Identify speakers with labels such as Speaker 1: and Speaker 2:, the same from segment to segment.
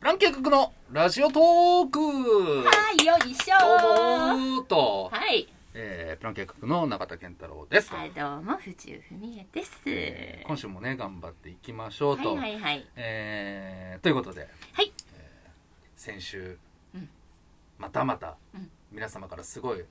Speaker 1: ランキングのラジオトーク
Speaker 2: はい、よいしょ
Speaker 1: どうもーと、
Speaker 2: はい。
Speaker 1: えー、プラン計画の中田健太郎です、
Speaker 2: はい、どうも、藤生文江です。
Speaker 1: えー今週もね頑張っていきましょう
Speaker 2: はい
Speaker 1: と、
Speaker 2: はいはい。
Speaker 1: えーということで
Speaker 2: はい。
Speaker 1: 先週、
Speaker 2: うん
Speaker 1: またまた、
Speaker 2: うん
Speaker 1: 皆様からすごい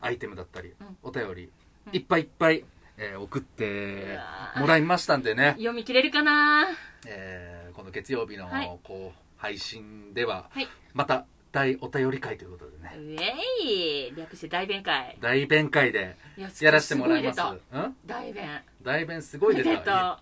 Speaker 1: アイテムだったり、
Speaker 2: ん
Speaker 1: お便り、
Speaker 2: ん
Speaker 1: いっぱいいっぱい、えー送って
Speaker 2: うわー
Speaker 1: もらいましたんでね、
Speaker 2: 読み切れるかな
Speaker 1: えーこの月曜日の、
Speaker 2: はい
Speaker 1: こう配信では、
Speaker 2: はい。
Speaker 1: また大お便り会ということでね、
Speaker 2: うえい略して大弁会。
Speaker 1: 大弁会で
Speaker 2: いや
Speaker 1: やらせてもらいます
Speaker 2: すごい出
Speaker 1: うん
Speaker 2: 大弁。
Speaker 1: 大弁すごい出
Speaker 2: えった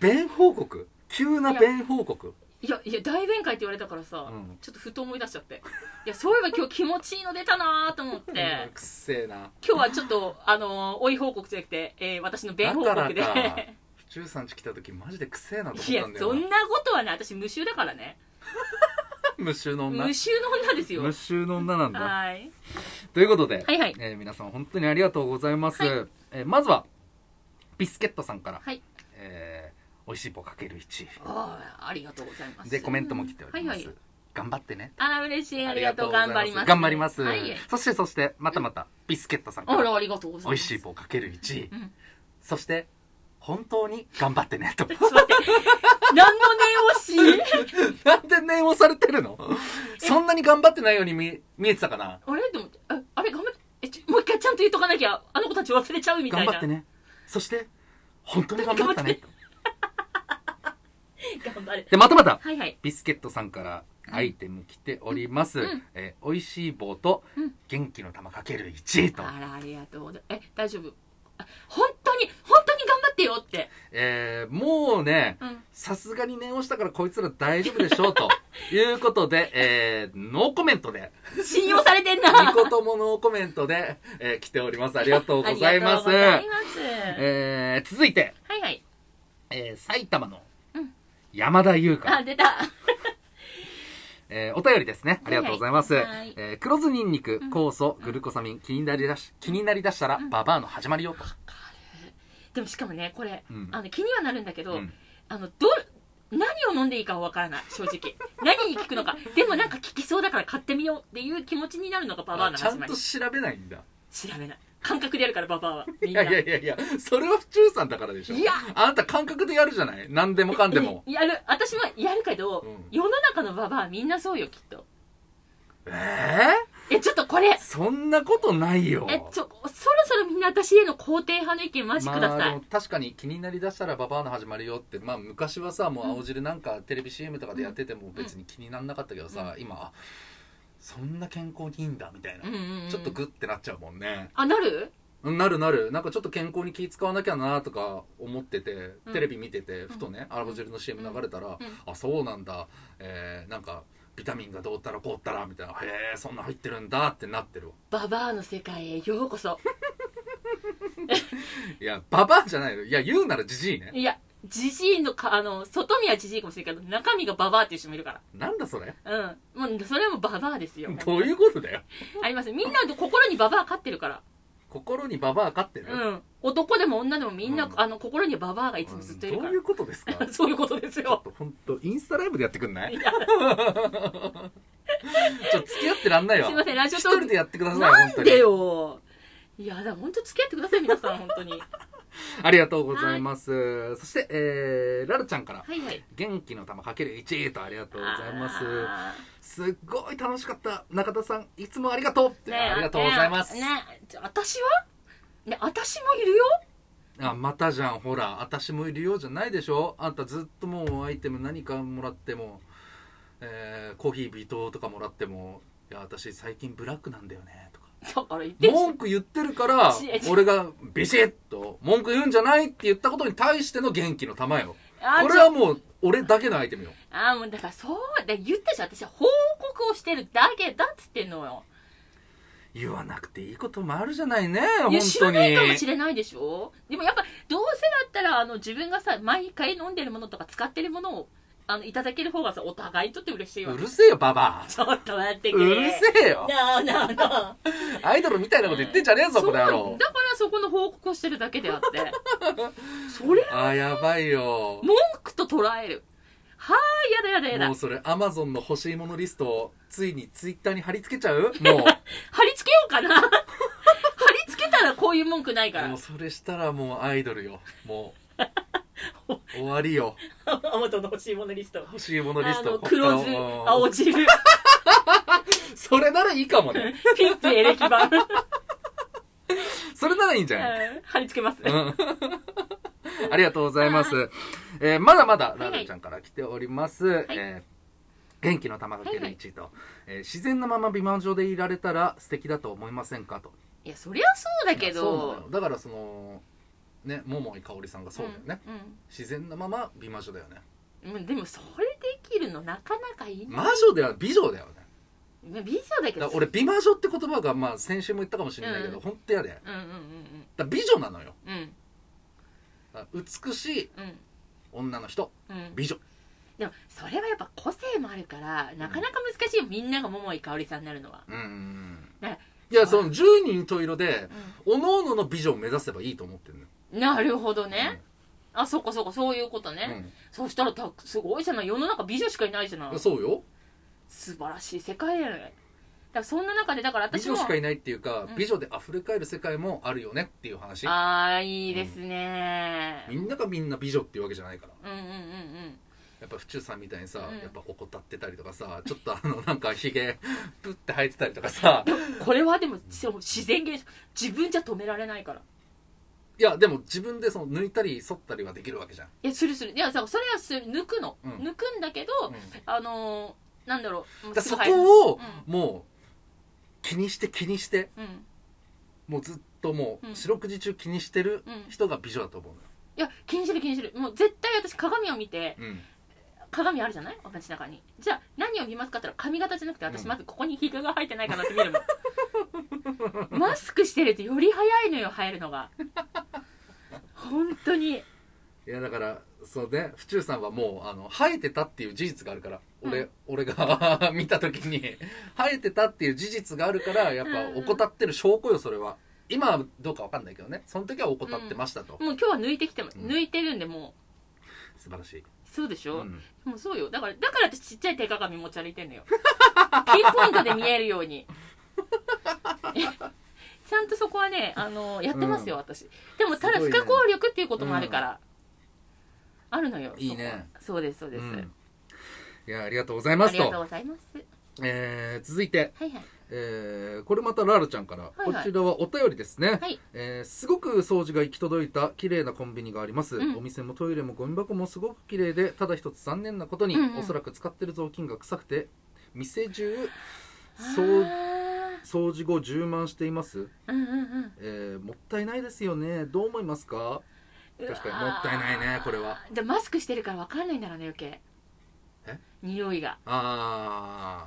Speaker 2: と
Speaker 1: 弁報告急な弁報告
Speaker 2: いやいや大弁会って言われたからさ、
Speaker 1: うん
Speaker 2: ちょっとふと思い出しちゃっていやそういえば今日気持ちいいの出たなーと思って
Speaker 1: うんくっせえな
Speaker 2: 今日はちょっとあのー追い報告じゃなくて、えー私の弁
Speaker 1: だ
Speaker 2: 報
Speaker 1: から
Speaker 2: 告で
Speaker 1: か府中さんち来た時マジでくせえなと
Speaker 2: い
Speaker 1: 思っ
Speaker 2: や
Speaker 1: たんだ
Speaker 2: そ
Speaker 1: よなん
Speaker 2: なことはね私無臭だからね
Speaker 1: 無臭の女
Speaker 2: 無臭の女ですよ
Speaker 1: 無臭の女なんだ
Speaker 2: はい
Speaker 1: ということで、
Speaker 2: はいはい
Speaker 1: えー皆さん本当にありがとうございます、
Speaker 2: は
Speaker 1: えーまずはビスケットさんから、
Speaker 2: はい
Speaker 1: えー、美味しい棒かける1
Speaker 2: あーありがとうございます
Speaker 1: でコメントも来ております、
Speaker 2: はいはい
Speaker 1: 頑張ってね
Speaker 2: あら嬉しいありがとう頑張ります
Speaker 1: 頑張ります、
Speaker 2: はい
Speaker 1: そしてそしてまたまたビスケットさんか
Speaker 2: あ
Speaker 1: ら
Speaker 2: らありがとうござ
Speaker 1: 美
Speaker 2: いま
Speaker 1: 味
Speaker 2: す
Speaker 1: しい棒かける1、
Speaker 2: うん
Speaker 1: そして本当に頑張ってね と
Speaker 2: ちょっと待って何の念押し
Speaker 1: なんで念をされてるのそんなに頑張ってないように見見えてたかな
Speaker 2: あれでもああれ頑張ってえちょもう一回ちゃんと言っとかなきゃあの子たち忘れちゃうみたい
Speaker 1: 頑
Speaker 2: な
Speaker 1: 張ってねそして本当に頑張ったね
Speaker 2: 頑張る
Speaker 1: でまたまた
Speaker 2: はいはい
Speaker 1: ビスケットさんからアイテム来ております、
Speaker 2: うん
Speaker 1: えー美味しい棒と
Speaker 2: うん
Speaker 1: 元気の玉かける1と、
Speaker 2: あらありがとうございますえ大丈夫あ本当に本当に頑張ってよって
Speaker 1: えーもうね
Speaker 2: うん
Speaker 1: さすがに念をしたからこいつら大丈夫でしょうということで、えーノーコメントで
Speaker 2: 信用されてんな
Speaker 1: ニコともノーコメントで、えー来ておりますありがとうございます
Speaker 2: ありがとうございます
Speaker 1: えー続いて、
Speaker 2: はいはい
Speaker 1: えー埼玉の
Speaker 2: うん
Speaker 1: 山田優香、
Speaker 2: あ出た
Speaker 1: えーお便りですねありがとうございます、
Speaker 2: はいはい
Speaker 1: えー黒酢ニンニク
Speaker 2: うん
Speaker 1: 酵素グルコサミン気になりだし気になりだしたら
Speaker 2: うん
Speaker 1: ババアの始まりよと、
Speaker 2: でもしかもねこれ、
Speaker 1: うん
Speaker 2: あの気にはなるんだけど、
Speaker 1: うん
Speaker 2: あのど何を飲んでいいかはわからない正直 何に効くのかでもなんか効きそうだから買ってみようっていう気持ちになるのがババアの
Speaker 1: ちゃ
Speaker 2: 始
Speaker 1: ん
Speaker 2: まり
Speaker 1: と調べないんだ
Speaker 2: 調べない感覚でやるからババアはみ
Speaker 1: い
Speaker 2: んな
Speaker 1: やいやいやいやそれは府中さんだからでしょ
Speaker 2: いや
Speaker 1: あなた感覚でやるじゃない何でもかんでも
Speaker 2: やる私もやるけど、
Speaker 1: うん
Speaker 2: 世の中のババアみんなそうよきっと
Speaker 1: え
Speaker 2: えちょっとこれ
Speaker 1: ー、そんなことないよ
Speaker 2: えちょそろそろみんな私への肯定派の意見マジください、
Speaker 1: まあ、でも確かに気になりだしたら「ババアの始まりよ」って、まあ、昔はさもう青汁なんかテレビ CM とかでやってても別に気にならなかったけどさ、今あそんな健康にいいんだみたいな、
Speaker 2: うんうんうん
Speaker 1: ちょっとグッてなっちゃうもんね
Speaker 2: あなる
Speaker 1: なるなるなんかちょっと健康に気使わなきゃなとか思ってて
Speaker 2: うん
Speaker 1: テレビ見ててふとね、青汁の CM 流れたら、あそうなんだえーなんかビタミンがどうったらこうったらみたいなへえそんな入ってるんだってなってるわ
Speaker 2: ババアの世界へようこそ
Speaker 1: いやババアじゃないよいや言うならジジイね
Speaker 2: いやじじいのかあの外見はじじいかもしれないけど中身がババアっていう人もいるから
Speaker 1: なんだそれ
Speaker 2: うん。もう、それはもうババアですよ。
Speaker 1: どういうことだよ
Speaker 2: あります。みんな心にババア飼ってるから。
Speaker 1: 心にババア飼ってる、
Speaker 2: うん。男でも女でもみんな、
Speaker 1: うん
Speaker 2: あの、心にババアがいつもずっといる
Speaker 1: ど
Speaker 2: か
Speaker 1: ういうこと ですか
Speaker 2: ら。そういうことですよ。
Speaker 1: 本当インスタライブでやってくんない
Speaker 2: い
Speaker 1: ち
Speaker 2: や、
Speaker 1: ょっと付き合ってらんないわ
Speaker 2: すいませんラジオトー
Speaker 1: 一
Speaker 2: ク
Speaker 1: 人でやってください
Speaker 2: なん
Speaker 1: 本当
Speaker 2: で
Speaker 1: に
Speaker 2: よ。いや、だから本当付き合ってください、皆さん、本当に。は
Speaker 1: ありがとうございますそして、えー、ラルちゃんから
Speaker 2: いはい。
Speaker 1: 「元気の玉かける1」とありがとうございます
Speaker 2: あ
Speaker 1: すっごい楽しかった中田さんいつもありがとうって、
Speaker 2: ーねえ
Speaker 1: ありがとうございます、
Speaker 2: ねえねえ私はね、私もいるよ。
Speaker 1: あまたじゃんほら私もいるようじゃないでしょあんたずっともうアイテム何かもらっても、えーコーヒー微糖とかもらっても「いや私最近ブラックなんだよね」とか
Speaker 2: だから言ってんじゃん
Speaker 1: 文句言ってるから
Speaker 2: 違う違う
Speaker 1: 俺がビシッと文句言うんじゃないって言ったことに対しての元気の玉よ
Speaker 2: あー
Speaker 1: これはもう俺だけのアイテムよ
Speaker 2: あーもうだからそう、だから言ったじゃん。私は報告をしてるだけだっつってんのよ。
Speaker 1: 言わなくていいこともあるじゃないね本
Speaker 2: いや知
Speaker 1: 当
Speaker 2: ら
Speaker 1: に
Speaker 2: ないかもしれないでしょでもやっぱどうせだったらあの自分がさ毎回飲んでるものとか使ってるものをあのいただける方がさお互いにとって嬉しいよ
Speaker 1: う
Speaker 2: ね
Speaker 1: るせえよババア
Speaker 2: ちょっと待ってく
Speaker 1: う
Speaker 2: れ
Speaker 1: るせえよ
Speaker 2: なあなあなあ
Speaker 1: アイドルみたいなこと言ってんじゃねえぞ
Speaker 2: そ
Speaker 1: こ
Speaker 2: う
Speaker 1: れ野
Speaker 2: だ
Speaker 1: 郎
Speaker 2: だからそこの報告をしてるだけであってそれ
Speaker 1: あーやばいよ
Speaker 2: 文句と捉えるはあやだややだやだ
Speaker 1: もうそれアマゾンの欲しいものリストをついにツイッターに貼り付けちゃ うも
Speaker 2: 貼り付けようかな貼り付けたらこういう文句ないか
Speaker 1: う
Speaker 2: ら
Speaker 1: もうそれしたらもうアイドルよも う終わりよ
Speaker 2: アマゾンの欲しいものリスト
Speaker 1: 欲しいものリ
Speaker 2: あ
Speaker 1: スト
Speaker 2: の黒酢
Speaker 1: うん
Speaker 2: 青汁
Speaker 1: それならいいかもね
Speaker 2: ピンプエレキ版うん
Speaker 1: それならいいんじゃない、
Speaker 2: 貼り付けます
Speaker 1: う
Speaker 2: ね
Speaker 1: ん ありがとうございます、えーまだまだラルちゃんから来ております、えー元気の玉がけの1位と、えー自然のまま美魔女でいられたら素敵だと思いませんかと
Speaker 2: いやそりゃそうだけ
Speaker 1: そうなの
Speaker 2: ど
Speaker 1: よだからそのね桃井かおりさんがそうだよね、
Speaker 2: うん
Speaker 1: 自然なまま美魔女だよね
Speaker 2: うんうんでもそれできるのなかなかいい
Speaker 1: 魔女では美女だよね
Speaker 2: 美女
Speaker 1: だ
Speaker 2: だけ
Speaker 1: から
Speaker 2: ど
Speaker 1: 俺美魔女って言葉がまあ先週も言ったかもしれないけど、
Speaker 2: うん
Speaker 1: 本当やでだか
Speaker 2: うんうん
Speaker 1: ら美女なのよ
Speaker 2: うんうん
Speaker 1: だから美しい
Speaker 2: うん
Speaker 1: 女の人
Speaker 2: うんうん
Speaker 1: 美女
Speaker 2: でもそれはやっぱ個性もあるからなかなか難しいよみんなが桃井かおりさんになるのは、
Speaker 1: うんうんうん
Speaker 2: ね
Speaker 1: いやその10人十色で各々の美女を目指せばいいと思ってるのよ
Speaker 2: なるほどね、あそこそこそういうことね、そしたらたすごいじゃない世の中美女しかいないじゃな
Speaker 1: うん
Speaker 2: い
Speaker 1: そうよ
Speaker 2: 素晴らしい世界やねだからそんな中でだから
Speaker 1: 美
Speaker 2: 私
Speaker 1: 女
Speaker 2: も
Speaker 1: しかいないっていうか、
Speaker 2: うん
Speaker 1: 美女で溢れ返る世界もあるよねっていう話
Speaker 2: ああいいですね、
Speaker 1: みんながみんな美女っていうわけじゃないから
Speaker 2: うん、うんうん
Speaker 1: やっぱ府中さんみたいにさ、
Speaker 2: うん
Speaker 1: やっぱ怠ってたりとかさちょっとあのなんかひげプッて生えてたりとかさ
Speaker 2: うんこれはでもそう自然現象自分じゃ止められないから
Speaker 1: いやでも自分でその抜いたり剃ったりはできるわけじゃん
Speaker 2: いやするするいやだからそれはする抜くの、
Speaker 1: うん
Speaker 2: 抜くんだけど、
Speaker 1: うん
Speaker 2: あのー、なんだろうもう
Speaker 1: だから
Speaker 2: す
Speaker 1: そ
Speaker 2: ぐ入る
Speaker 1: こを
Speaker 2: う
Speaker 1: もう気にして気にして
Speaker 2: うん
Speaker 1: もうずっとも
Speaker 2: うん
Speaker 1: う四六時中気にしてる
Speaker 2: うん
Speaker 1: 人が美女だと思うのよ
Speaker 2: いや気にしてる気にしてるもう絶対私鏡を見て
Speaker 1: うん
Speaker 2: 鏡あるじゃない私の中にじゃあ何を見ますかって言ったら髪型じゃなくて
Speaker 1: う
Speaker 2: 私
Speaker 1: ん
Speaker 2: まずここにひげが生えてないかなって見るもん マスクしてるとより早いのよ生える のが本当に
Speaker 1: いやだからそうね府中さんはもうあの生えてたっていう事実があるから俺,、
Speaker 2: うん
Speaker 1: 俺が 見た時に生えてたっていう事実があるからやっ
Speaker 2: うん
Speaker 1: ぱ
Speaker 2: うん
Speaker 1: 怠ってる証拠よそれは今はどうかわかんないけどねその時は怠ってましたと、
Speaker 2: もう今日は抜いてきても、
Speaker 1: うん
Speaker 2: 抜いてるんでも
Speaker 1: 素晴らしい、
Speaker 2: うそうでしょ、
Speaker 1: うん
Speaker 2: もうそうよだからだから私ちっちゃい手鏡持ち歩いてんのよ ピンポイントで見えるようにちゃんとそこはねあのやってますよ、私でもた
Speaker 1: す
Speaker 2: だ
Speaker 1: ご
Speaker 2: 不
Speaker 1: いね
Speaker 2: 可抗力っていうこともあるから、あるのよ
Speaker 1: いいね
Speaker 2: そこそうですそうです、
Speaker 1: うんいやありがとうございま
Speaker 2: あ
Speaker 1: す
Speaker 2: りが
Speaker 1: と
Speaker 2: とうございます
Speaker 1: えー続いて、
Speaker 2: はいはい
Speaker 1: えーこれまたラールちゃんから、
Speaker 2: いはい
Speaker 1: こちらはお便りですね、
Speaker 2: はい
Speaker 1: えーすごく掃除が行き届いた綺麗なコンビニがあります、
Speaker 2: うん
Speaker 1: お店もトイレもゴミ箱もすごく綺麗でただ一つ残念なことに、
Speaker 2: うんうん
Speaker 1: おそらく使ってる雑巾が臭くて店中掃
Speaker 2: あ
Speaker 1: 掃除後充満しています、
Speaker 2: ーうんうんうん
Speaker 1: えーもったいないですよねどう思いますか確かにもったいないねこれは
Speaker 2: でマスクしてるから分かんないんだろうね余計
Speaker 1: え
Speaker 2: 匂いが
Speaker 1: ああ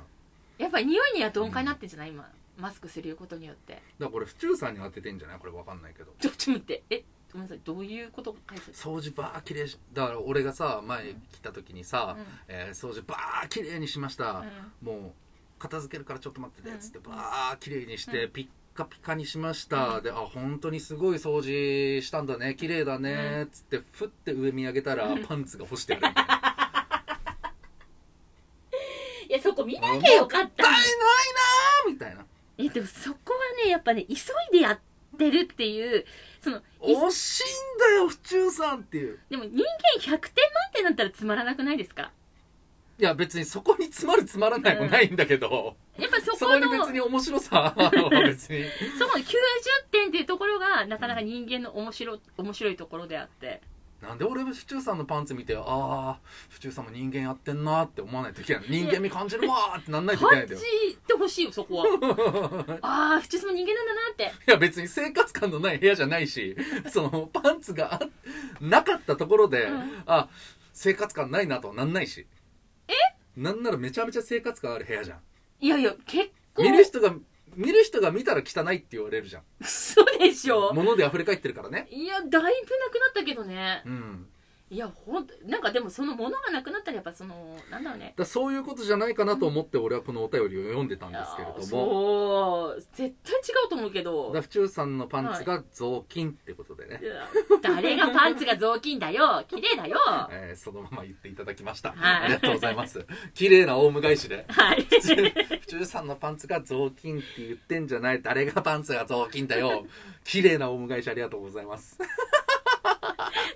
Speaker 2: やっぱり匂いには鈍感になってんじゃない、今マスクすることによって
Speaker 1: だからこれ府中さんに当ててんじゃないこれわかんないけど
Speaker 2: ちょっと待ってえごめんなさいどういうこと返す
Speaker 1: 掃除ばー綺麗しだから俺がさ前来た時にさ、
Speaker 2: うん
Speaker 1: えー掃除ばー綺麗にしました、もう片付けるからちょっと待ってて
Speaker 2: うん
Speaker 1: っつってばー綺麗にして
Speaker 2: うん
Speaker 1: ピッカピカにしました、であ本当にすごい掃除したんだね綺麗だねっつってふって上見上げたらパンツが干してあるみたいな
Speaker 2: いやそこ見なきゃよかった
Speaker 1: もったいないなーみたいな
Speaker 2: えでもそこはねやっぱね急いでやってるっていうそのい
Speaker 1: 惜しいんだよ府中さんっていう
Speaker 2: でも人間100点満点だったらつまらなくないですか
Speaker 1: いや別にそこに詰まる詰まらないもないんだけど、
Speaker 2: やっぱそ
Speaker 1: そ
Speaker 2: こ
Speaker 1: こ
Speaker 2: の
Speaker 1: に
Speaker 2: そ
Speaker 1: 別に面白さは別に
Speaker 2: この90点っていうところがなかなか人間の面白面白いところであって
Speaker 1: なんで俺府中さんのパンツ見てああ府中さんも人間やってんなーって思わないといけない人間味感じるわーってなんないといけない
Speaker 2: 感
Speaker 1: んだ
Speaker 2: じ
Speaker 1: よ
Speaker 2: てほしいよそこ はああ普通その人間なんだなって
Speaker 1: いや別に生活感のない部屋じゃないし、そのパンツがあなかったところで、
Speaker 2: うん
Speaker 1: あ、生活感ないなとはなんないし。えなんならめちゃめちゃ生活感ある部屋じゃん。
Speaker 2: いやいや結構
Speaker 1: 見る人が、見る人が見たら汚いって言われるじゃん。
Speaker 2: 嘘でしょ
Speaker 1: 物で溢れ返ってるからね。
Speaker 2: いやだいぶなくなったけどね
Speaker 1: うん。
Speaker 2: いやほんとなんかでもそのものがなくなったらやっぱそのなんだろうね
Speaker 1: だそういうことじゃないかなと思って俺はこのお便りを読んでたん
Speaker 2: い
Speaker 1: で
Speaker 2: や
Speaker 1: すけれども
Speaker 2: そう絶対違うと思うけど
Speaker 1: だから府中さんのパンツが雑巾ってことでね、
Speaker 2: いや誰がパンツが雑巾 だよ綺麗だよは
Speaker 1: えーそのまま言っていただきました、
Speaker 2: はい
Speaker 1: ありがとうございます綺麗なオウム返しで
Speaker 2: い
Speaker 1: 府中さんのパンツが雑巾って言ってんじゃない誰がパンツが雑巾だよ綺麗なオウム返しありがとうございますだか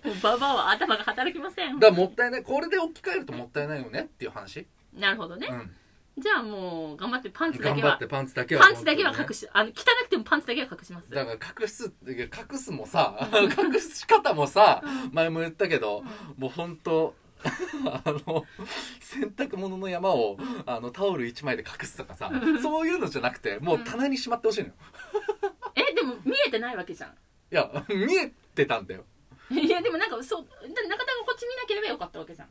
Speaker 2: もうババアは頭が働きません
Speaker 1: らもったいないこれで置き換えるともったいないよねっていう話
Speaker 2: なるほどね、
Speaker 1: うん
Speaker 2: じゃあもう頑張ってパンツだ
Speaker 1: 頑
Speaker 2: け
Speaker 1: 張っ
Speaker 2: は
Speaker 1: てパンツだけは
Speaker 2: パンツだけは隠
Speaker 1: す
Speaker 2: しあの汚くてもパンツだけは隠します
Speaker 1: だから隠すいや隠すもさ隠し方もさ前も言ったけどもう本当 あの洗濯物の山をあのタオル1枚で隠すとかさそういうのじゃなくてもう棚にしまってほしいのよ
Speaker 2: えでも見えてないわけじゃん
Speaker 1: いや見えてたんだよ
Speaker 2: いやでもなんかそうだ中田がこっち見なければよかったわけじゃん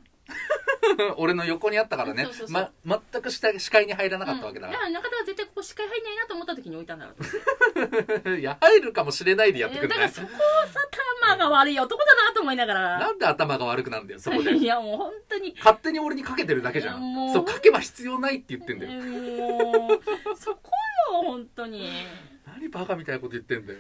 Speaker 1: 俺の横にあったからね
Speaker 2: そうそうそう
Speaker 1: ま全く下視界に入らなかったわけだ
Speaker 2: うん
Speaker 1: か
Speaker 2: から中田は絶対ここ視界入んないなと思った時に置いたんだろうと
Speaker 1: ら いや入るかもしれないでやってく
Speaker 2: だ
Speaker 1: る
Speaker 2: から
Speaker 1: ね
Speaker 2: そこはさ頭が悪い男だなと思いながら
Speaker 1: なんで頭が悪くなんだよそこで
Speaker 2: いやもう本当に
Speaker 1: 勝手に俺にかけてるだけじゃ
Speaker 2: いやも
Speaker 1: ん
Speaker 2: う
Speaker 1: そうかけば必要ない って言ってんだよ
Speaker 2: もうそこよ本当に
Speaker 1: 何バカみたいなこと言ってんだよ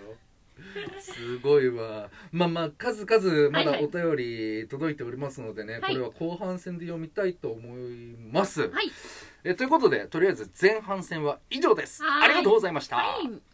Speaker 1: すごいわまあまあ数々まだ
Speaker 2: はいはい
Speaker 1: お便り届いておりますのでね、
Speaker 2: はい
Speaker 1: これは後半戦で読みたいと思います、
Speaker 2: はい
Speaker 1: えということでとりあえず前半戦は以上です
Speaker 2: はい
Speaker 1: ありがとうございました、
Speaker 2: はい